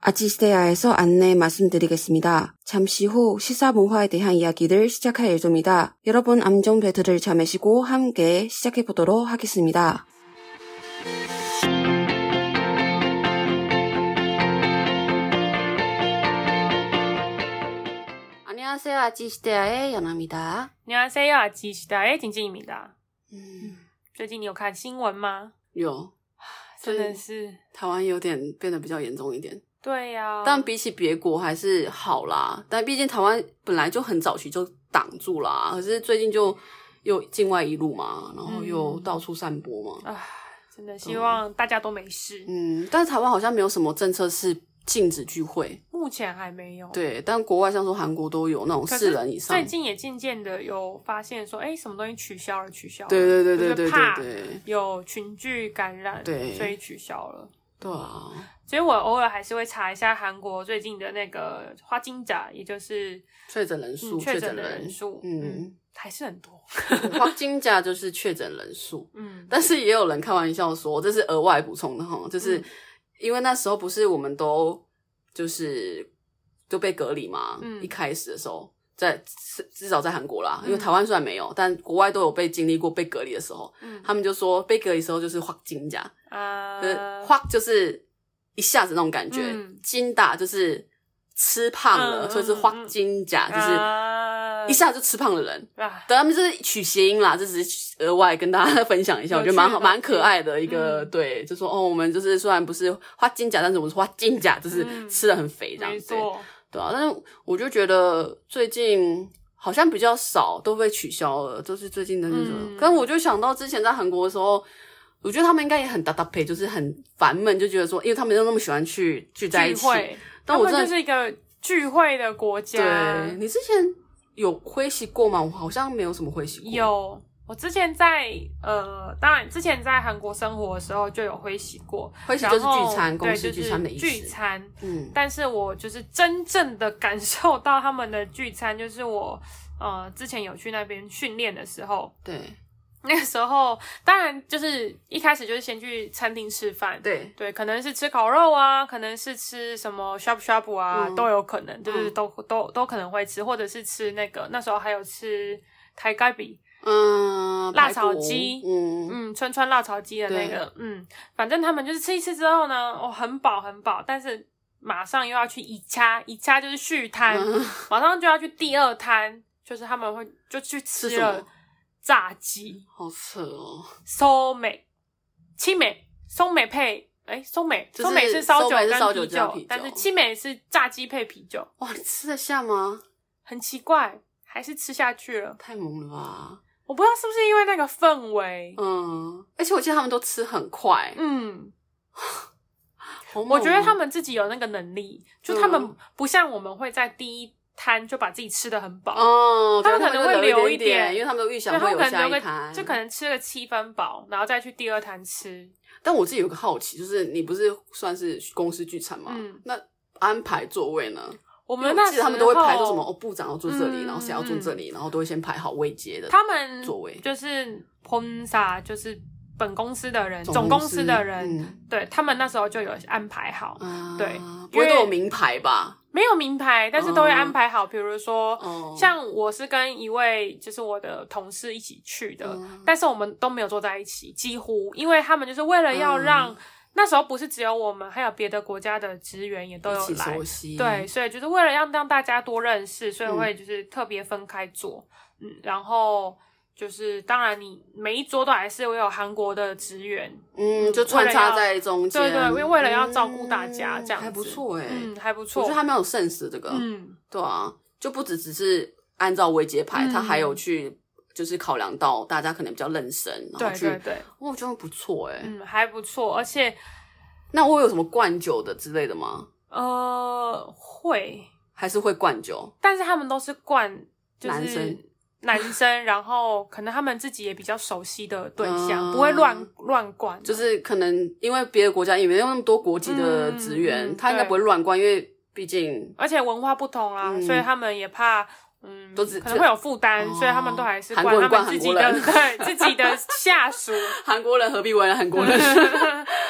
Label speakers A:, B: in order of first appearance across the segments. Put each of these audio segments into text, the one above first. A: 아치스테아에서 안내 말씀드리겠습니다. 잠시 후 시사문화에 대한 이야기를 시작할 예정입니다. 여러분 암정 배틀을 잠으시고 함께 시작해 보도록 하겠습니다. 안녕하세요. 아치스테아의 연아입니다.
B: 안녕하세요, 아치 시다의晶晶입니다.
A: 嗯，
B: 最近你有看新闻吗？
A: 有
B: 真的是，
A: 台湾有点变得比较严重一点，
B: 对呀、
A: 但比起别国还是好啦。但毕竟台湾本来就很早期就挡住啦，可是最近就又境外一路嘛，然后又
B: 嗯
A: 到处散播嘛。
B: 啊，真的希望大家都没事。
A: 嗯，但是台湾好像没有什么政策是禁止聚会，
B: 目前还没有。，
A: 对。但国外像说韩国都有那种
B: 可
A: 四
B: 是
A: 人以上
B: 最，近也渐渐的有发现说，哎，什么东西取消了，取消了。
A: 对对对对
B: 就是
A: 对
B: 怕
A: 对对，
B: 有群聚感染，
A: 对
B: 所以取消了。
A: 对啊，
B: 所以我偶尔还是会查一下韩国最近的那个花金甲，也就是
A: 确诊人数，
B: 嗯
A: 确诊
B: 确诊的
A: 人
B: 人，数，
A: 嗯，
B: 还是很多。
A: 黄金甲就是确诊人数，
B: 嗯，
A: 但是也有人开玩笑说，这是额外补充的哈，就是
B: 嗯
A: 因为那时候不是我们都就是都被隔离嘛，
B: 嗯
A: 一开始的时候。在至至少在韩国啦，因为
B: 嗯
A: 台湾虽然没有，但国外都有被经历过被隔离的时候，
B: 嗯
A: 他们就说被隔离的时候就是확金甲，
B: 啊，
A: 就是확就是一下子那种感觉
B: 嗯，
A: 金打就是吃胖了，
B: 嗯
A: 所以是
B: 嗯
A: 확
B: 嗯
A: 金甲，就是
B: 啊
A: 一下就吃胖的人，
B: 啊，
A: 对，他们就是取谐音啦，这只是额外跟大家分享一下，我觉得蛮好，
B: 有趣的
A: 蛮可爱的一个。
B: 嗯
A: 对，就说哦，我们就是虽然不是花金甲，但是我们是花金甲，就是
B: 嗯
A: 吃的很肥这样
B: 没
A: 子。
B: 错，
A: 对啊，但是我就觉得最近好像比较少都被取消了，就是最近的那种。
B: 嗯
A: 但我就想到之前在韩国的时候。我觉得他们应该也很搭搭配，就是很烦闷，就觉得说，因为他们又那么喜欢去聚在一
B: 聚
A: 起。
B: 会，
A: 但我
B: 他
A: 真
B: 们
A: 的
B: 就是一个聚会的国家
A: 对。你之前有挥习过吗？我好像没有什么挥习过。
B: 有，我之前在呃，当然之前在韩国生活的时候就有会习过，
A: 会习
B: 然
A: 就是
B: 后
A: 聚餐，公
B: 对
A: 司
B: 就是
A: 聚餐的意思。
B: 聚餐，
A: 嗯，
B: 但是我就是真正的感受到他们的聚餐，就是我呃之前有去那边训练的时候。
A: 对
B: 那个时候，当然就是一开始就是先去餐厅吃饭，
A: 对
B: 对，可能是吃烤肉啊，可能是吃什么 shabu shabu 啊，
A: 嗯
B: 都有可能，就是
A: 嗯
B: 都、都都可能会吃，或者是吃那个那时候还有吃台盖比，
A: 嗯，
B: 辣
A: 排骨
B: 炒鸡
A: 嗯
B: 嗯，川川辣炒鸡的那个，嗯，反正他们就是吃一次之后呢，哦，很饱很饱，但是马上又要去一掐，一掐就是续摊，
A: 嗯
B: 马上就要去第二摊，就是他们会就去
A: 吃
B: 吃
A: 什
B: 了
A: 么？
B: 炸 鸡，
A: 好扯哦，
B: 收美、七美、松美配，哎，松美，
A: 就是
B: 松美是烧酒
A: 松美是烧
B: 跟
A: 酒
B: 啤
A: 加啤酒
B: 但是七美是炸鸡配啤酒，
A: 哇，你吃得下吗？
B: 很奇怪，还是吃下去了。
A: 太猛了吧！
B: 我不知道是不是因为那个氛围，
A: 嗯，而且我记得他们都吃很快，
B: 嗯，
A: 好猛哦
B: 我觉得他们自己有那个能力，就他
A: 嗯
B: 们不像我们会在第一摊就把自己吃的很饱。
A: 哦，
B: 他们
A: 对
B: 可能
A: 会
B: 会留
A: 一
B: 一
A: 点，
B: 点
A: 因为他们都预
B: 对
A: 想
B: 他
A: 会
B: 们
A: 有
B: 可能
A: 下
B: 留
A: 一
B: 个，
A: 摊，
B: 就可。能吃个七分饱，然后再去第二摊吃。
A: 但我自己有个好奇，就是你不是算是公司聚餐吗？
B: 嗯
A: 那安排座位呢？
B: 我
A: 因为
B: 们
A: 我
B: 那
A: 记
B: 时
A: 得
B: 候
A: 他们都会排说什么哦，部长要坐这里，
B: 嗯
A: 然后谁要坐这里，然后都会先排好位阶的
B: 他们
A: 座位。
B: 就是彭萨，就是本公司的人，总
A: 公
B: 公司的人，
A: 嗯
B: 对他们那时候就有安排好，
A: 啊
B: 对
A: 不会
B: 因为
A: 都有名牌吧？
B: 没有名牌，但是都会安排好，比如说。
A: 哦，
B: 像我是跟一位就是我的同事一起去的，
A: 嗯
B: 但是我们都没有坐在一起，几乎，因为他们就是为了
A: 嗯
B: 要让、那时候不是只有我们，还有别的国家的职员也都
A: 一
B: 有
A: 起
B: 来
A: 熟，悉，
B: 对，，所以就是为了要让大家多认识，所以
A: 嗯
B: 会就是特别分开坐，嗯，然后就是当然你每一桌都还是会有韩国的职员，
A: 嗯，就穿插在中间，
B: 对对，因为为了要照顾大家，
A: 嗯
B: 这样子
A: 还不错哎，
B: 嗯，还不错，
A: 我觉得还蛮有 sense 这个，
B: 嗯，
A: 对啊，就不只只是按照微节排，
B: 嗯
A: 他还有去就是考量到大家可能比较认生，然
B: 对
A: 后去，
B: 对对，
A: 哇我觉得不错哎。
B: 嗯，还不错，而且
A: 那我有什么灌酒的之类的吗？
B: 呃会，
A: 还是会灌酒？
B: 但是他们都是灌就是
A: 男生
B: 男生，然后可能他们自己也比较熟悉的对象，
A: 嗯
B: 不会乱乱灌啊，
A: 就是可能因为别的国家也没有那么多国籍的
B: 嗯
A: 职员，
B: 嗯
A: 他应该不会乱灌，因为毕竟
B: 而且文化不同啊，
A: 嗯
B: 所以他们也怕，嗯，
A: 都只
B: 可能会有负担，
A: 哦
B: 所以他们都还是
A: 韩国人
B: 他
A: 惯
B: 们自己
A: 韩
B: 的
A: 国人
B: 对自己的 下属。
A: 韩国人何必为难韩国人？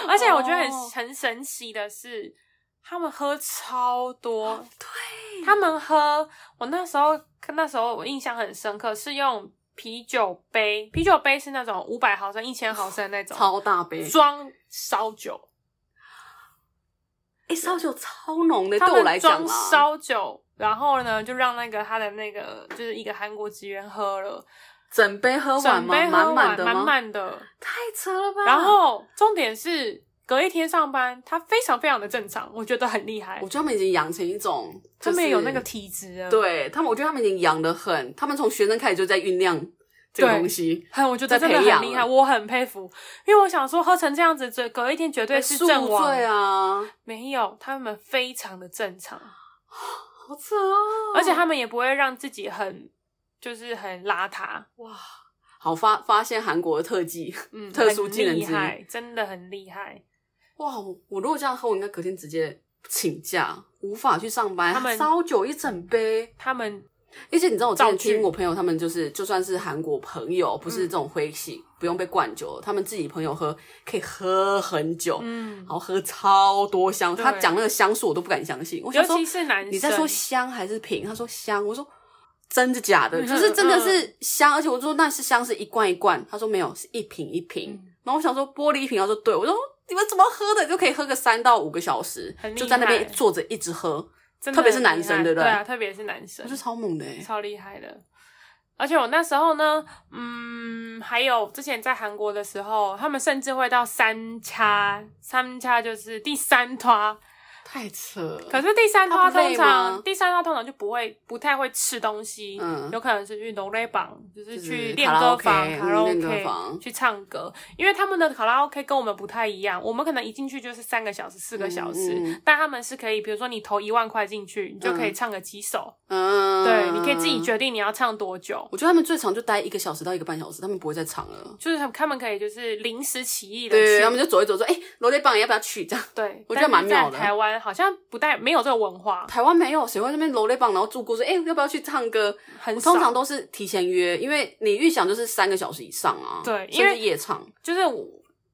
B: 而且我觉得很、
A: 哦
B: 很神奇的是，他们喝超多，
A: 哦对，
B: 他们喝，我那时候那时候我印象很深刻，是用啤酒杯，啤酒杯是那种五百毫升、一千毫升那种
A: 超大杯，
B: 装烧酒，
A: 哎、烧酒超浓的，对
B: 他
A: 我来
B: 们
A: 讲啊
B: 装
A: 啦，
B: 烧酒，然后呢就让那个他的那个就是一个韩国职员喝了，
A: 整杯喝完
B: 整
A: 吗？
B: 杯喝
A: 满
B: 完
A: 的吗？啊
B: 满满的，
A: 太扯了吧！
B: 然后重点是隔一天上班，他非常非常的正常，我觉得很厉害
A: 我。觉得他们已经养成一种，
B: 他们
A: 就是
B: 也有那个体质啊了，，
A: 对他们，我觉得他们已经养的很，他们从学生开始就在酝酿这个
B: 对
A: 东西，
B: 很我觉
A: 在
B: 得真
A: 培
B: 的很
A: 养
B: 厉
A: 了
B: 害，我很佩服。因为我想说，喝成这样子，这隔一天绝对是
A: 宿
B: 阵亡。
A: 醉啊，哦
B: 没有，他们非常的正常，
A: 好扯哦！
B: 而且他们也不会让自己很就是很邋遢，
A: 哇，好发发现韩国的特技，
B: 嗯，
A: 特殊
B: 很
A: 技能之
B: 厉
A: 一
B: 害，真的很厉害。
A: 哇！我我如果这样喝，我应该隔天直接请假，无法去上班。
B: 他们
A: 烧酒一整杯，
B: 他们
A: 而且你知道，我之
B: 造
A: 前
B: 句嗯
A: 听我朋友他们就是，就算是韩国朋友，不是这种灰系，不用被灌酒，他们自己朋友喝可以喝很久，
B: 嗯
A: 然，后喝超多香。
B: 对
A: 他讲那个香数我都不敢相信，我
B: 尤
A: 想说
B: 其是男生，
A: 你在说香还是瓶？他说香，我说真的假的？就是真的
B: 嗯
A: 是香，而且我说那是香是一罐一罐，他说没有是一瓶一瓶。
B: 嗯
A: 然后我想说玻璃瓶，他说对，我说你们怎么喝的就可以喝个三到五个小时
B: 很，厉害
A: 就在那边坐着一直喝，
B: 真的
A: 特别是
B: 很
A: 男
B: 厉
A: 生
B: 害
A: 对不
B: 对
A: 对
B: 啊，特别是男生
A: 我觉，得超猛的欸
B: 超厉害的。而且我那时候呢，嗯，还有之前在韩国的时候，他们甚至会到三叉，三叉就是第三拖。
A: 太扯了。
B: 可是第三拖
A: 他不累
B: 通常
A: 吗
B: 第三拖通常就不会不太会吃东西，
A: 嗯
B: 有可能是去农雷榜，就是
A: 就是
B: 去练
A: 卡拉
B: 歌
A: OK，
B: 房、
A: 嗯
B: 卡拉
A: 练歌房
B: 去唱歌，因为他们的卡拉 OK 跟我们不太一样，我们可能一进去就是三个小时、四个小时，
A: 嗯嗯
B: 但他们是可以，比如说你投一万块进去，你就可以
A: 嗯
B: 唱个几首，
A: 嗯，
B: 对，你可以自己。决定你要唱多久，
A: 我觉得他们最长就待一个小时到一个半小时，他们不会再长了。
B: 就是他们他们可以就是临时起意的
A: 对，
B: 去，
A: 他们就走一走，说：“哎、罗雷棒要不要去？”这样，
B: 对，
A: 我觉
B: 但
A: 得蛮
B: 是在
A: 妙的
B: 台湾好像不带没有这个文化，
A: 台湾没有，谁会在那边罗雷棒，然后住过说：“哎、要不要去唱歌？”
B: 很
A: 我
B: 少。
A: 通常都是提前约，因为你预想就是三个小时以上啊，
B: 对因
A: 甚
B: 为
A: 至夜场，
B: 就是我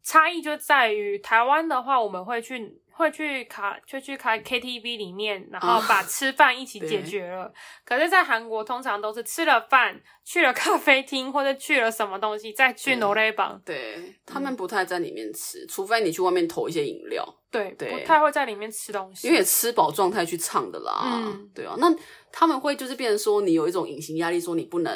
B: 差异就在于台湾的话，我们会去会去卡就去卡 KTV 里面，然后
A: 啊
B: 把吃饭一起
A: 对
B: 解决了。可是，在韩国通常都是吃了饭，去了咖啡厅或者去了什么东西，再去
A: 对
B: n o l 榜，
A: 对他们不太在里面
B: 嗯
A: 吃，除非你去外面投一些饮料，
B: 对，
A: 对
B: 不太会在里面吃东西。
A: 因为吃饱状态去唱的啦，
B: 嗯
A: 对啊，那他们会就是变成说你有一种隐形压力，说你不能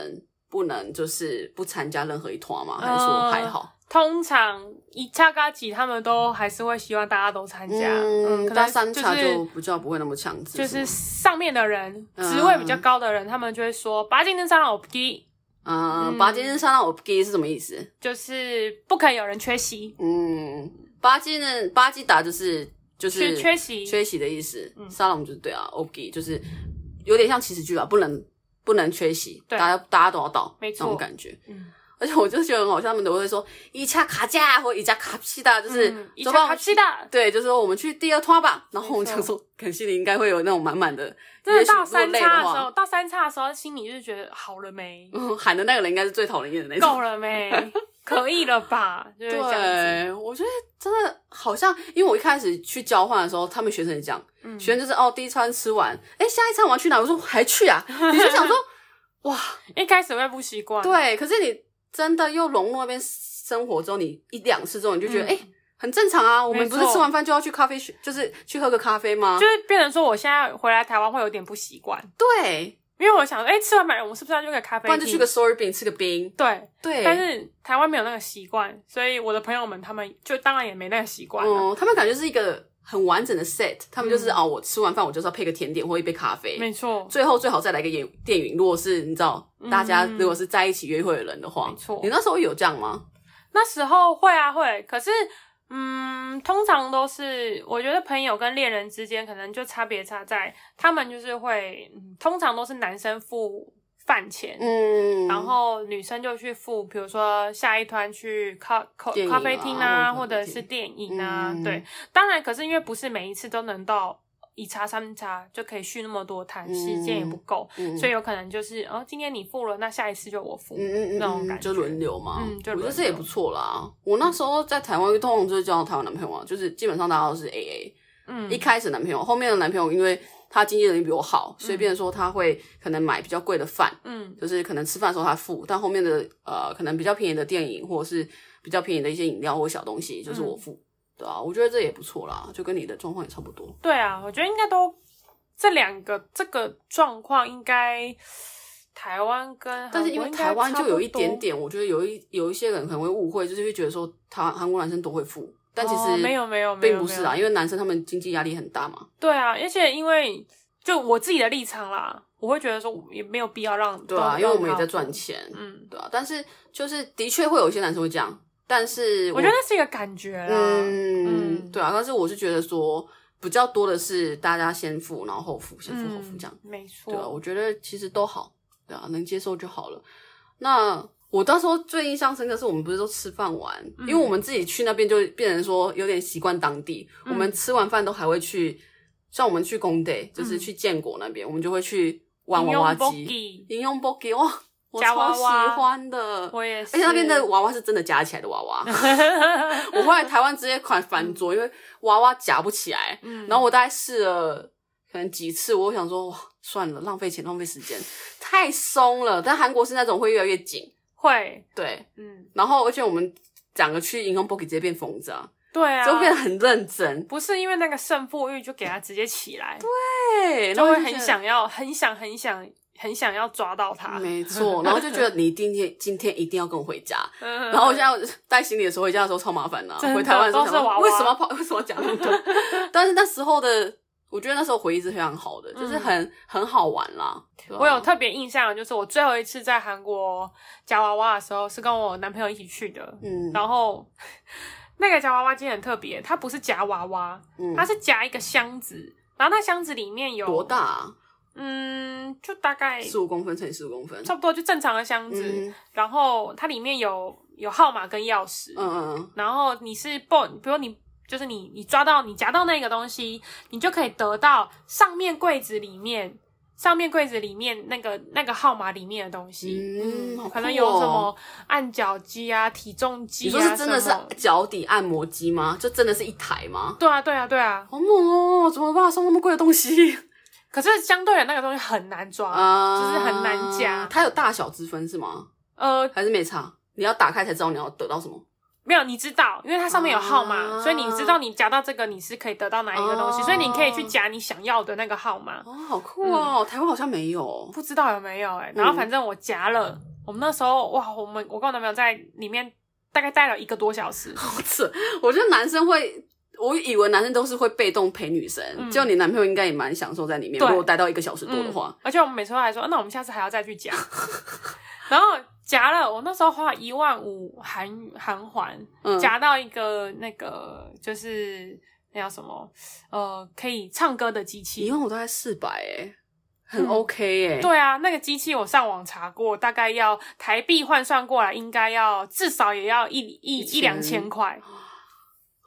A: 不能就是不参加任何一团嘛，还是说
B: 呃
A: 还好？
B: 通常一恰嘎几，他们都还是会希望大家都参加，嗯，可
A: 搭
B: 能
A: 三
B: 就
A: 茶就是比较不会那么强制，
B: 就是
A: 吗
B: 上面的人，
A: 嗯
B: 职位比较高的人，他们就会说“八斤跟三让我低
A: 嗯，
B: 嗯
A: 拔尖山让我 gay 是什么意思？”，
B: 就是不可以有人缺席。
A: 嗯，八戒呢？八戒打就是就是
B: 缺缺席嗯
A: 缺席的意思。沙龙就是对啊，OG 就是有点像起始剧吧，不能不能缺席，
B: 对
A: 大家大家都要到，
B: 没错
A: 那种感觉。
B: 嗯
A: 而且我就觉得很好笑，他们都会说一恰卡架或一恰卡西达，就是
B: 嗯一
A: 走
B: 下
A: 吧，我
B: 卡
A: 们
B: 西
A: 去
B: 的，
A: 对，就是说我们去第二拖吧。然后我们
B: 没
A: 想
B: 错
A: 说，肯西里应该会有那种满满的，
B: 真的
A: 也许
B: 到
A: 如果
B: 三
A: 累
B: 叉的时
A: 话
B: 候，，到三叉的时候，心里就觉得好了没，
A: 嗯喊的那个人应该是最讨人厌的那种
B: 够。了没， 可以了吧？就是这样子。
A: 对，我觉得真的好像，因为我一开始去交换的时候，他们学生也讲，
B: 嗯
A: 学生就是哦，第一餐吃完，哎，下一餐我要去哪？我说还去啊？你就 想说，哇，
B: 一开始会不习惯，，
A: 对，啊可是你真的又融入那边生活之后，你一两次之后，你就觉得
B: 嗯
A: 哎、诶很正常啊。我
B: 没
A: 们不是
B: 错
A: 吃完饭就要去咖啡，就是去喝个咖啡吗
B: 就？是变成说我现在回来台湾会有点不习惯，
A: 对，
B: 因为我想说，哎、吃完饭我们是不是要去个咖啡
A: 不然
B: 厅？
A: 就去个 soy bean 吃个冰。
B: 对，
A: 对，
B: 但是台湾没有那个习惯，所以我的朋友们他们就当然也没那个习惯了。
A: 哦、他们感觉是一个很完整的 set，他们就是、
B: 嗯
A: 哦，我吃完饭我就是要配个甜点或一杯咖啡，
B: 没错，
A: 最后最好再来个演电影。如果是你知道大家
B: 嗯
A: 如果是在一起约会的人的话，
B: 没错
A: 你那时候有这样吗？
B: 那时候会啊会，可是嗯，通常都是我觉得朋友跟恋人之间可能就差别差在他们就是会，嗯通常都是男生付饭钱。
A: 嗯
B: 然后女生就去付，比如说下一团去咖咖
A: 电影
B: 咖啡厅啊，
A: 啊
B: 或
A: 或者
B: 者
A: 是
B: 是电影啊，
A: 嗯
B: 对。当然，可是因为不是每一次都能到一茶三茶就可以续那么多摊，
A: 嗯
B: 时间也不够，
A: 嗯
B: 所以有可能就是哦，今天你付了，那下一次就我付，
A: 嗯嗯嗯
B: 那种
A: 嗯
B: 感
A: 嗯，
B: 觉
A: 就轮流嘛，
B: 嗯就轮
A: 我觉
B: 流
A: 得这也不错啦。我那时候在台湾通常就是交到台湾男朋友啊，就是基本上大家都是 A A，
B: 嗯
A: 一开始男朋友，后面的男朋友因为他经济能力比我好，所以变成说他会可能买比较贵的饭，
B: 嗯
A: 就是可能吃饭的时候他付，但后面的呃可能比较便宜的电影或者是比较便宜的一些饮料或小东西，
B: 嗯
A: 就是我付。对啊，我觉得这也不错啦，就跟你的状况也差不多。
B: 对啊，我觉得应该都这两个这个状况应该台湾跟
A: 但是因为台湾就有一点
B: 点。
A: 点，我觉得有一有一些人可能会误会，就是会觉得说他韩国男生都会付，但其
B: 哦
A: 实
B: 没有没有没有
A: 并不是
B: 没
A: 啊，
B: 有
A: 因为男生他们经济压力很大嘛。
B: 对啊，而且因为就我自己的立场啦，我会觉得说也没有必要让
A: 对啊，
B: 让
A: 因为我们也在
B: 让他
A: 赚钱，
B: 嗯，
A: 对啊。但是就是的确会有一些男生会这样，但是
B: 我觉得那是一个感觉啦。
A: 嗯
B: 嗯
A: 对啊。但是我是觉得说比较多的是大家先付，然后后付，先付后付这样。
B: 嗯没错。
A: 对啊，我觉得其实都好，对啊，能接受就好了。那我到时候最印象深刻是我们不是都吃饭完，因为我们自己去那边就变成说有点习惯当地，
B: 嗯
A: 我们吃完饭都还会去，像我们去工地，
B: 嗯
A: 就是去建国那边，我们就会去玩娃娃机，
B: 机，
A: 应用 b o g 哇，我
B: 夹
A: 超
B: 娃
A: 喜
B: 娃
A: 欢的。
B: 我 也
A: 而
B: 是。
A: 且那边的娃娃是真的夹起来的娃 娃，我后来台湾直接款翻桌，因为娃娃夹不起来，
B: 嗯，
A: 然后我大概试了可能几次，我想说哇，算了，浪费钱，浪费时间，太松了。但韩国是那种会越来越紧，
B: 会，
A: 对。
B: 嗯，
A: 然后而且我们两个去银行 b o k 直接变疯子啊，
B: 对啊，
A: 就变得很认真，
B: 不是因为那个胜负欲就给他直接起来，
A: 对，
B: 就
A: 然后
B: 会
A: 就
B: 很
A: 觉得。
B: 想要，很想，很想，很想要抓到他。
A: 没错，然后就觉得你今天今天一定要跟我回家。
B: 嗯
A: 然后我现在带行李的时候，回家的时候超麻烦的、啊
B: 真的
A: 回台湾的时候
B: 都
A: 想
B: 是
A: 说
B: 娃娃
A: 为什么要跑，为 什么要讲那么多？但是那时候的，我觉得那时候回忆是非常好的，就是很、很好玩啦。对啊
B: 嗯我有特别印象，就是我最后一次在韩国夹娃娃的时候，是跟我男朋友一起去的。
A: 嗯
B: 然后那个夹娃娃机很特别，它不是夹娃娃，
A: 嗯
B: 它是夹一个箱子，然后那箱子里面有
A: 多大、？啊？
B: 嗯，就大概
A: 十五公分乘以十五公分，
B: 差不多就正常的箱子，
A: 嗯
B: 然后它里面有有号码跟钥匙，
A: 嗯嗯
B: 然后你是 b 比如你。就是你，你抓到你夹到那个东西，你就可以得到上面柜子里面，上面柜子里面那个那个号码里面的东西。
A: 嗯好酷哦
B: 可能有什么按脚机啊、体重机
A: 你
B: 啊，
A: 说是真的是
B: 什么
A: 脚底按摩机吗？就真的是一台吗？
B: 对啊，对啊，对啊。
A: 好猛哦！怎么把送那么贵的东 西
B: 可是相对的那个东西很难抓，
A: 啊
B: 就是很难夹。
A: 它有大小之分是吗？
B: 呃，
A: 还是没差？你要打开才知道你要得到什么。
B: 没有，你知道，因为它上面有号码，
A: 啊
B: 所以你知道你夹到这个你是可以得到哪一个东西，
A: 哦
B: 所以你可以去夹你想要的那个号码。
A: 哦，好酷哦！
B: 嗯
A: 台湾好像没有。
B: 不知道有没有哎、然后
A: 嗯
B: 反正我夹了，我们那时候哇，我们我跟我男朋友在里面大概待了一个多小时。
A: 好扯！我觉得男生会，我以为男生都是会被动陪女生，
B: 嗯
A: 结果你男朋友应该也蛮享受在里面。
B: 对嗯
A: 如果待到一个小 时多的话，
B: 而且我们每次都还说，啊那我们下次还要再去夹。 然后夹了，我那时候花一万五韩韩环，
A: 嗯，
B: 夹到一个那个就是那叫什么呃，可以唱歌的机
A: 一
B: 器。
A: 万我大概四百，哎，很
B: 嗯
A: OK 哎、
B: 对啊，那个机器我上网查过，大概要台币换算过来，应该要至少也要一一
A: 一千
B: 一两千块。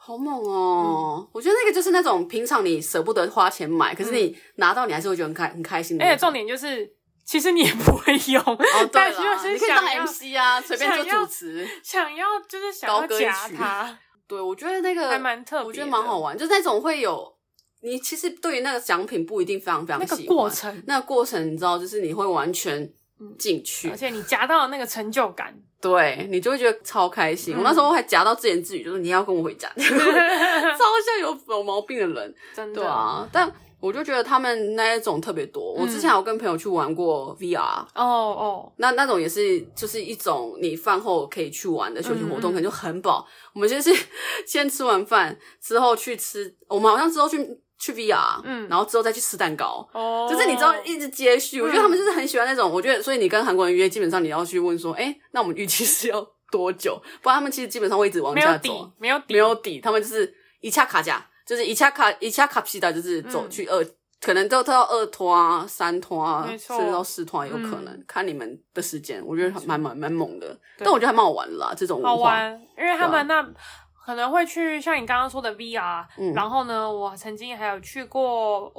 A: 好猛哦、
B: 嗯
A: 我觉得那个就是那种平常你舍不得花钱买，可是你拿到你还是会觉得很开很开心的
B: 而
A: 那
B: 且
A: 种。
B: 重点就是，其实你也不会用，
A: 哦， 对
B: 但
A: 啦
B: 就是
A: 你可以
B: 想
A: 当
B: 要
A: MC 啊，随便就
B: 想要
A: 主持。
B: 想要就是想
A: 高
B: 要
A: 歌一
B: 夹
A: 曲
B: 它，
A: 对，我觉得那个
B: 还蛮特别的
A: 我觉得蛮好玩，就是那种会有你其实对于那个奖品不一定非常非常
B: 那个
A: 喜欢
B: 过，程，
A: 那个过程你知道，就是你会完全
B: 嗯
A: 进去
B: 而，且你夹到的那个成就感，
A: 对你就会觉得超开心。我那
B: 嗯
A: 时候还夹到自言自语，就是你要跟我回 家，超像有有毛病的人。
B: 真的。
A: 对啊，但我就觉得他们那一种特别多。我
B: 嗯
A: 之前有跟朋友去玩过 VR，、
B: 哦哦，
A: 那那种也是就是一种你饭后可以去玩的休闲活动，
B: 嗯嗯
A: 可能就很饱。我们就是 先吃完饭之后去吃，我们好像之后去去 VR，
B: 嗯
A: 然后之后再去吃蛋糕。
B: 哦，
A: 就是你知道一直接续，我觉得他们就是很喜欢那种，我觉得所以你跟韩国人约，基本上你要去问说，哎、那我们预期是要多久？不然他们其实基本上会一直往
B: 没有
A: 下
B: 底
A: 走，，啊
B: 没有底，
A: 没有底，他们就是一下卡价，就是一下卡一下卡皮达，就是走
B: 嗯
A: 去二，可能都到二拖啊、三拖啊，
B: 没错
A: 甚至到四拖啊有可能，
B: 嗯
A: 看你们的时间，我觉得蛮蛮蛮猛的，
B: 对
A: 但我觉得还蛮好玩的啦，这种文
B: 好
A: 化。
B: 玩，因为他们那。可能会去像你刚刚说的 VR，、
A: 嗯
B: 然后呢，我曾经还有去过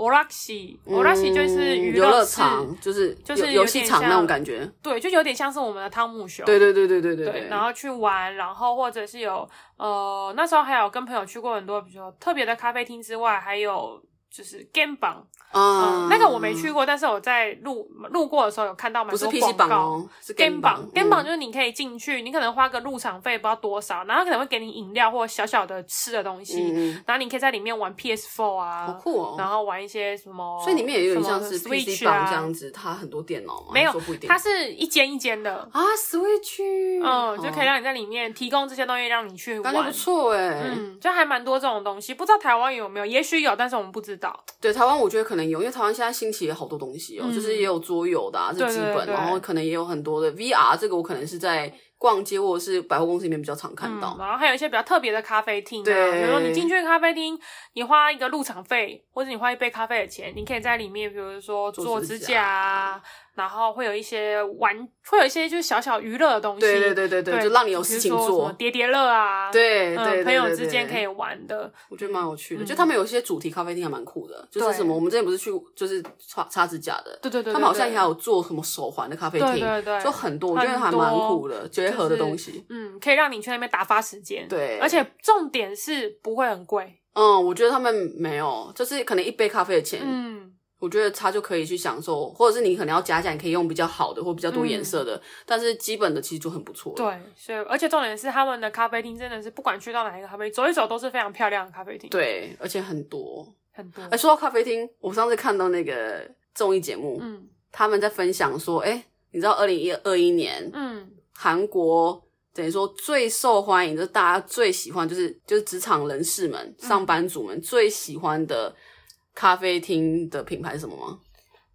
B: Oraxi，Oraxi、
A: 嗯
B: 就是娱
A: 游乐
B: 室
A: 场，就是
B: 就是
A: 游
B: 有
A: 游戏
B: 点
A: 场那种
B: 像
A: 感觉。
B: 对，就有点像是我们的汤姆熊，
A: 对对对对对对
B: 对，然后去玩，然后或者是有呃，那时候还有跟朋友去过很多，比如说特别的咖啡厅之外，还有就是 game 榜，嗯、
A: 啊，
B: 那个我没去过，但是我在路路过的时候有看到蛮
A: 不是
B: 多
A: PC
B: 广
A: 榜
B: 告。
A: 哦，是嗯
B: game 榜
A: 榜
B: ，game 榜就是你可以进去，你可能花个入场费不知道多少，然后可能会给你饮料或小小的吃的东西，
A: 嗯嗯，
B: 然后你可以在里面玩 PS4 啊，
A: 好酷哦。
B: 呃然后玩一些什么，
A: 所以里面也有点像是
B: 什么
A: PC
B: Switch
A: 榜这
B: 啊
A: 样，子，它很多电脑嘛，
B: 没有
A: 说不一定。
B: 它是一间一间的，
A: 啊，Switch，
B: 嗯，就可
A: 哦
B: 以让你在里面提供这些东西让你去
A: 感觉不
B: 玩。
A: 错哎。
B: 嗯，就还蛮多这种东西，不知道台湾有没有，也许有，但是我们不知道。
A: 对台湾，我觉得可能有，因为台湾现在兴起了好多东西哦，
B: 嗯
A: 就是也有桌游的啊，是
B: 对对
A: 纸本，
B: 对
A: 然后可能也有很多的 VR，这个我可能是在逛街或者是百货公司里面比较常看
B: 嗯，
A: 到。
B: 然后还有一些比较特别的咖啡厅、啊，
A: 对
B: 比如说你进去咖啡厅，你花一个入场费，或者你花一杯咖啡的钱，你可以在里面，比如说
A: 做
B: 做
A: 指
B: 指
A: 甲
B: 甲啊，然后会有一些玩，会有一些就是小小娱乐的东西，
A: 对对对对对，就让你有
B: 比
A: 事
B: 如
A: 情
B: 说什么
A: 做。
B: 叠叠乐啊，
A: 对
B: 嗯
A: 对，
B: 朋友
A: 对
B: 之间
A: 对
B: 可以玩的，
A: 我觉得蛮有趣的。
B: 嗯
A: 就他们有一些主题咖啡厅还蛮酷的，就是
B: 对
A: 什么我们之前不是去就是擦擦指甲的，
B: 对对对对
A: 他们好像
B: 对
A: 还有做什么手环的咖啡厅，
B: 对对对
A: 就很多，我觉得还蛮酷的，结合的东西。
B: 嗯，可以让你去那边打发时间。
A: 对
B: 而且重点是不会很贵。
A: 嗯，我觉得他们没有，就是可能一杯咖啡的钱，
B: 嗯，
A: 我觉得他就可以去享受，或者是你可能要加价，你可以用比较好的或比较多
B: 嗯
A: 颜色的，但是基本的其实就很不错了。
B: 对，所以而且重点是他们的咖啡厅真的是不管去到哪一个咖啡厅，走一走都是非常漂亮的咖啡厅，，
A: 对，而且很多。
B: 很多
A: 哎、。说到咖啡厅，我上次看到那个综艺节目，
B: 嗯
A: 他们在分享说，哎、你知道二零二一年，
B: 嗯，
A: 韩国等于说最受欢迎，就是大家最喜欢，就是就是职场人士们、上班族们最喜欢的咖啡厅的品牌是什么吗？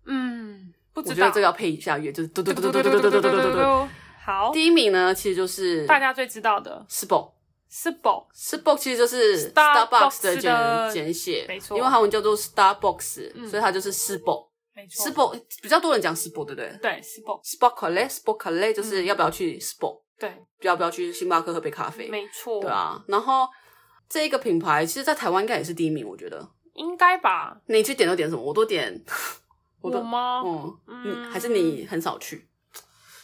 B: 嗯，不
A: 我
B: 知
A: 觉得
B: 道
A: 这个要配一下乐，就是嘟嘟
B: 嘟
A: 嘟嘟
B: 嘟
A: 嘟
B: 嘟
A: 嘟嘟
B: 嘟
A: 嘟
B: 嘟嘟
A: 嘟
B: 嘟
A: 嘟
B: 嘟
A: 嘟。
B: 嘟。好，
A: 第一名呢，其实就是
B: 大家最知道的
A: Spoke。
B: 是 Bo，
A: Spoke 其实就是
B: Starbucks
A: Starbucks 的
B: 的
A: 简简写，
B: 没错
A: 因为韩文叫做 Starbucks，、
B: 嗯
A: 所以它就是 Spoke。
B: 没错
A: Spoke 比较多人讲 Spoke，对不对
B: 对是 Bo，
A: ？Spoke 嘞，Spoke 嘞，就是
B: 嗯
A: 要不要去 Spoke，、
B: 对，
A: 要不要去星巴克喝杯咖啡？
B: 没错，
A: 对，啊，然后这一个品牌其实，在台湾应该也是第一名，我觉得。
B: 应该吧？
A: 你去点都点什么？我都点， 我
B: 我
A: 都
B: 吗？
A: 嗯嗯，
B: 嗯
A: 还是你很少去？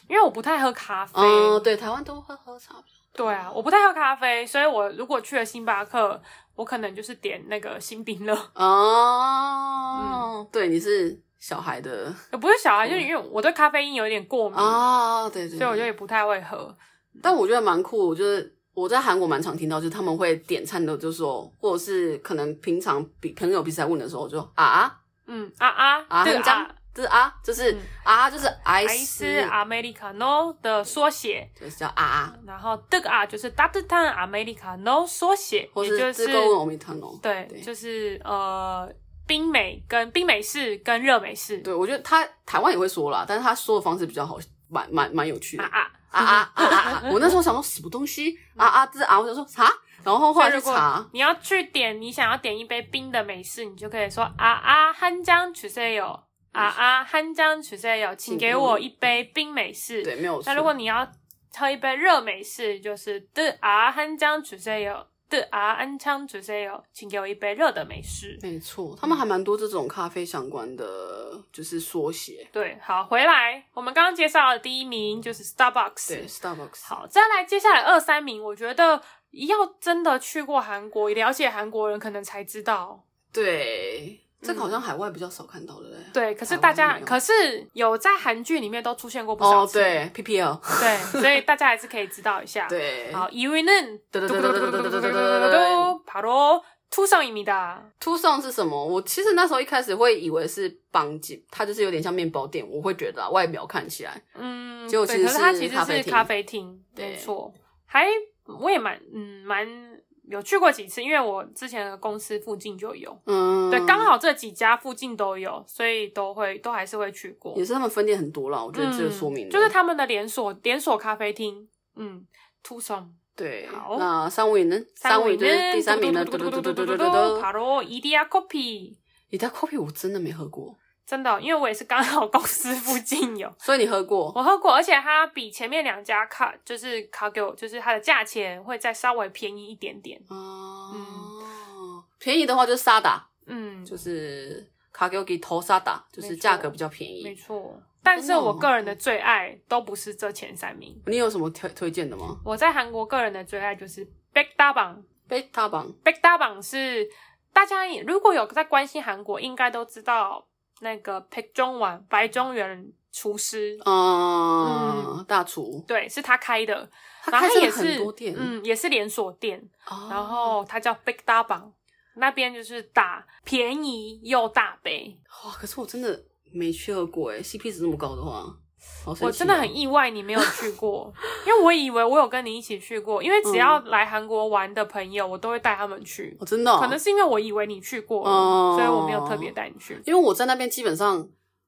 B: 因为我不太喝咖啡，
A: 嗯，对，台湾都喝喝茶。
B: 对啊，我不太喝咖啡，所以我如果去了星巴克，我可能就是点那个新冰乐，
A: 哦，对，你是小孩的
B: 也不是小孩，
A: 嗯
B: 就是因为我对咖啡因有一点过敏，
A: 啊，对对。
B: 所以我就
A: 对，
B: 也不太会喝。
A: 但我觉得蛮酷，就是我在韩国蛮常听到，就是他们会点餐的，就说，或者是可能平常比朋友比赛问的时候，就说啊
B: 嗯啊啊，
A: 啊，
B: 这
A: 这
B: 个
A: 样
B: 啊，
A: 这是啊，就是
B: 嗯
A: 啊，就是爱
B: 还
A: 斯
B: 是 Americano 的缩写，
A: 就是叫啊啊，
B: 然后这个啊就是大뜻한 Americano 缩写，
A: 或
B: 也
A: 是
B: 就
A: 自
B: 是
A: 购问欧米汤哦。
B: 对，
A: 对
B: 就是呃冰美跟冰美式跟热美式
A: 对，我觉得他台湾也会说啦，但是他说的方式比较好，蛮蛮蛮有趣的
B: 啊
A: 啊
B: 啊，
A: 啊啊啊啊！我那时候想说什么东西啊啊这啊，我想说啥，然后后来
B: 所以
A: 去
B: 如果
A: 查，
B: 你要去点，你想要点一杯冰的美式，你就可以说啊啊汉江取塞有啊啊汉江取塞有，请给我一杯冰美式。
A: 对，没有错。
B: 那如果你要喝一杯热美式，就是的啊汉江取塞有的啊安江取塞有，请给我一杯热的美式。
A: 没错，他们还蛮多这种咖啡相关的，就是缩写。
B: 对，好，回来，我们刚刚介绍的第一名就是 Starbucks。
A: 对，Starbucks。
B: 好，再来接下来二三名，我觉得要真的去过韩国，了解韩国人可能才知道。
A: 对，这个好像海外比较少看到的嘞。
B: 对，可是
A: 台湾
B: 大家
A: 没有
B: 可是有在韩剧里面都出现过不少
A: 哦，
B: 次，
A: 对，PPL。
B: 对，所以大家还是可以知道一下。，
A: 对，
B: 好，이유는
A: 对对对对对对对对对对对。
B: 바로투성입니다。
A: Two Song 是什么？我其实那时候一开始会以为是邦吉，它就是有点像面包店，我会觉得啊外表看起来。
B: 嗯，
A: 结果
B: 对
A: 其实
B: 可是它
A: 是
B: 其
A: 咖啡
B: 实是
A: 厅
B: 咖啡厅，没
A: 对
B: 错，还我也蛮嗯蛮有去过几次，因为我之前的公司附近就有。
A: 嗯，
B: 对，刚好这几家附近都有，所以都会都还是会去过。
A: 也是他们分店很多啦，我觉得这个说明了、
B: 嗯就是他们的连锁连锁咖啡厅，嗯，Two Song。
A: 对。
B: 好
A: 那三五也能，三五也就是第三名呢，嘟嘟嘟嘟嘟嘟嘟。
B: 바로 이디야 커피.
A: 이다 커피我真的没喝过，
B: 真的，因为我也是刚好公司附近有，
A: 所以你喝过？
B: 我喝过，而且它比前面两家卡就是卡给我，就是它的价钱会再稍微便宜一点点。
A: 哦、便宜的话就是沙打，
B: 嗯，
A: 就是卡给我给头沙打，就是价格比较便
B: 没
A: 宜。
B: 错。但是
A: 真的哦
B: 我个人的最爱都不是这前三名。
A: 你有什么推推荐的吗？
B: 我在韩国个人的最爱就是 Big Da Bang。
A: 贝塔榜
B: Big Da Bang 是大家也如果有在关心韩国，应该都知道那个 Big 中丸白中原厨师，
A: 嗯，大厨，
B: 对，是他开的，
A: 他
B: 然后
A: 开
B: 他
A: 了
B: 也是
A: 很多店，
B: 嗯，也是连锁店。
A: 哦，
B: 然后它叫 Big Da Bang，那边就是大便宜又大杯。
A: 哇，可是我真的没去喝过哎，CP 值那么高的话，好神奇哦
B: 我真的很意外你没有去过，因为我以为我有跟你一起去过，因为只要来韩国玩的朋友，我都会带他们去。
A: 哦，嗯真的哦、
B: 可能是因为我以为你去过了，
A: 哦
B: 所以我没有特别带你去。
A: 因为我在那边基本上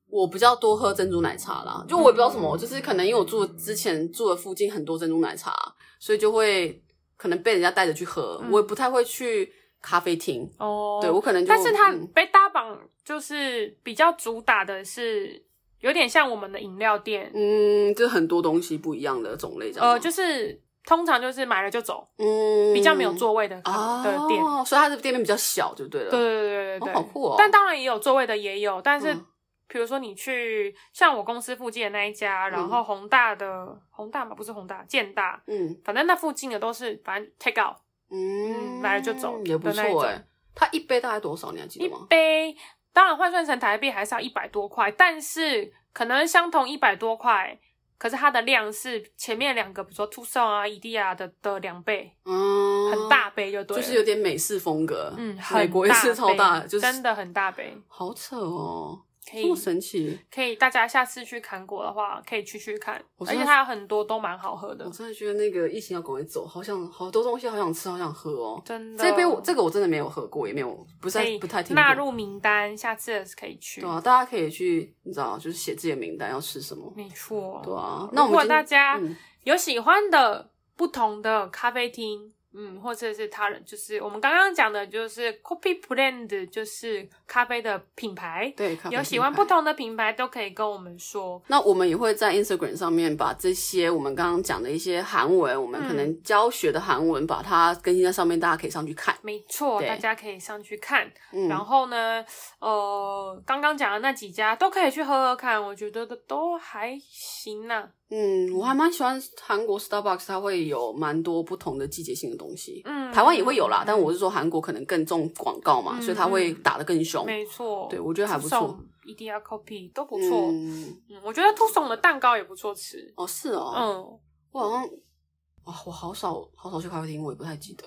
A: 我比较多喝珍珠奶茶啦，就我也不知道什
B: 嗯
A: 么，就是可能因为我住之前住的附近很多珍珠奶茶，所以就会可能被人家带着去喝，
B: 嗯
A: 我也不太会去咖啡厅，
B: 哦，
A: 对我可能就
B: 但是它
A: 嗯
B: 被搭榜就是比较主打的是有点像我们的饮料店，
A: 嗯，就很多东西不一样的种类这样吗，
B: 呃，就是通常就是买了就走，
A: 嗯
B: 比较没有座位的、
A: 啊
B: 的店。
A: 所以它的店面比较小就对了，
B: 对对对对对，
A: 哦，好酷哦，
B: 但当然也有座位的，也有。但是
A: 嗯
B: 比如说你去像我公司附近的那一家，然后宏大的宏大嘛，不是宏大，建大，
A: 嗯
B: 反正那附近的都是反正 take out
A: 嗯，
B: 买了就走
A: 也不
B: 的那一种
A: 错哎、它一杯大概多少？你还记
B: 一
A: 得吗？
B: 杯，当然换算成台币还是要一百多块，但是可能相同一百多块。可是它的量是前面两个，比如说 Tucson 啊、伊地亚的的两倍，
A: 嗯，
B: 很大杯就
A: 就
B: 对了，
A: 是有点美式风格。
B: 嗯，
A: 美
B: 很
A: 国也是超大，
B: 杯
A: 就是
B: 真的很大杯，
A: 好扯哦，
B: 可以
A: 这么神奇！
B: 可以，大家下次去韩国的话，可以去去看，
A: 我
B: 而
A: 真的
B: 且它有很多都蛮好喝的
A: 我，真的觉得那个疫情要赶快走，好想好多东西，好想吃，好想喝哦。
B: 真的。
A: 这杯我这个我真的没有喝过，也没有不
B: 可
A: 太
B: 以
A: 不太听过
B: 纳入名单，下次也是可以去。
A: 对啊，大家可以去，你知道，就是写自己的名单要吃什么。
B: 没错。
A: 对啊，那我
B: 哦
A: 们
B: 如果
A: 今
B: 大家
A: 嗯
B: 有喜欢的不同的咖啡厅，嗯，或者是他人，就是我们刚刚讲的，就是 Coffee Blend，就是咖啡的品牌。
A: 对咖啡
B: 有喜欢
A: 品牌
B: 不同的品牌都可以跟我们说。
A: 那我们也会在 Instagram 上面把这些我们刚刚讲的一些韩文，我们可能
B: 嗯
A: 教学的韩文，把它更新在上面，大家可以上去看。
B: 没错，
A: 对
B: 大家可以上去看。
A: 嗯，
B: 然后呢，呃，刚刚讲的那几家都可以去喝喝看，我觉得都都还行呐、
A: 嗯，我还蛮喜欢韩国 Starbucks，它会有蛮多不同的季节性的东西。
B: 嗯，
A: 台湾也会有啦，但我是说韩国可能更重广告嘛，
B: 嗯
A: 所以它会打得更凶。
B: 没错，
A: 对我觉得还不错
B: ，Tucson，一定要 copy 都不错。嗯
A: 嗯，
B: 我觉得 t u s o n 的蛋糕也不错吃。
A: 哦，是哦，
B: 嗯，
A: 我好像哇，我好少好少去咖啡厅，我也不太记得。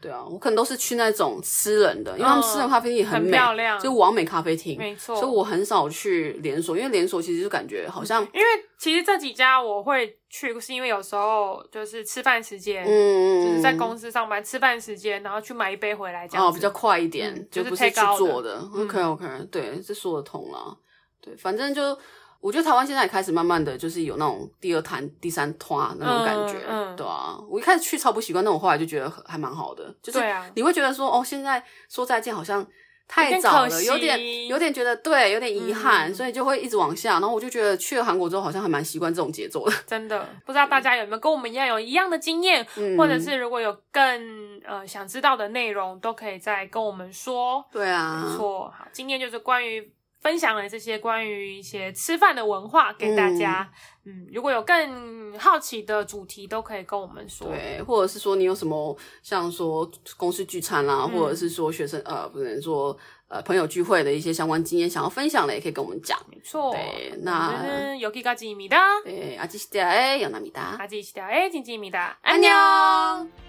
A: 对啊，我可能都是去那种私人的，因为他们私人咖啡厅也
B: 嗯很
A: 美，
B: 漂亮
A: 就是完美咖啡厅。
B: 没错
A: 所以我很少去连锁，因为连锁其实就感觉好像，
B: 因为其实这几家我会去，是因为有时候就是吃饭时间，
A: 嗯，
B: 就是在公司上班吃饭时间，然后去买一杯回来这样
A: 哦，
B: 子
A: 比较快一点，
B: 嗯
A: 就
B: 就是
A: 不是去
B: take out
A: 做的。
B: 嗯
A: OK OK，对，这说得通啦。对，反正就我觉得台湾现在也开始慢慢的就是有那种第二摊、第三摊那种感觉，
B: 嗯嗯
A: 对啊。我一开始去超不习惯，但我后来就觉得很还蛮好的，就是
B: 对啊
A: 你会觉得说，哦，现在说再见好像。太
B: 点
A: 早
B: 可
A: 了，
B: 惜
A: 有点有点觉得对，有点遗憾，
B: 嗯
A: 所以就会一直往下。然后我就觉得去了韩国之后，好像还蛮习惯这种节奏的。
B: 真的不知道大家有没有跟我们一样有一样的经验，
A: 嗯
B: 或者是如果有更呃想知道的内容，都可以再跟我们说。
A: 对啊，
B: 没错，好，今天就是关于分享了这些关于一些吃饭的文化给大家。嗯如果有更好奇的主题，都可以跟我们说。
A: 对，或者是说你有什么像说公司聚餐
B: 嗯
A: 啦、或者是说学生呃，不能说呃朋友聚会的一些相关经验想要分享的，也可以跟我们讲。
B: 没错。
A: 对那
B: 我们是여기까지입니다。
A: 啊对，阿基西达哎，杨娜米达，
B: 아지시다의진지입니다。
A: 安妞。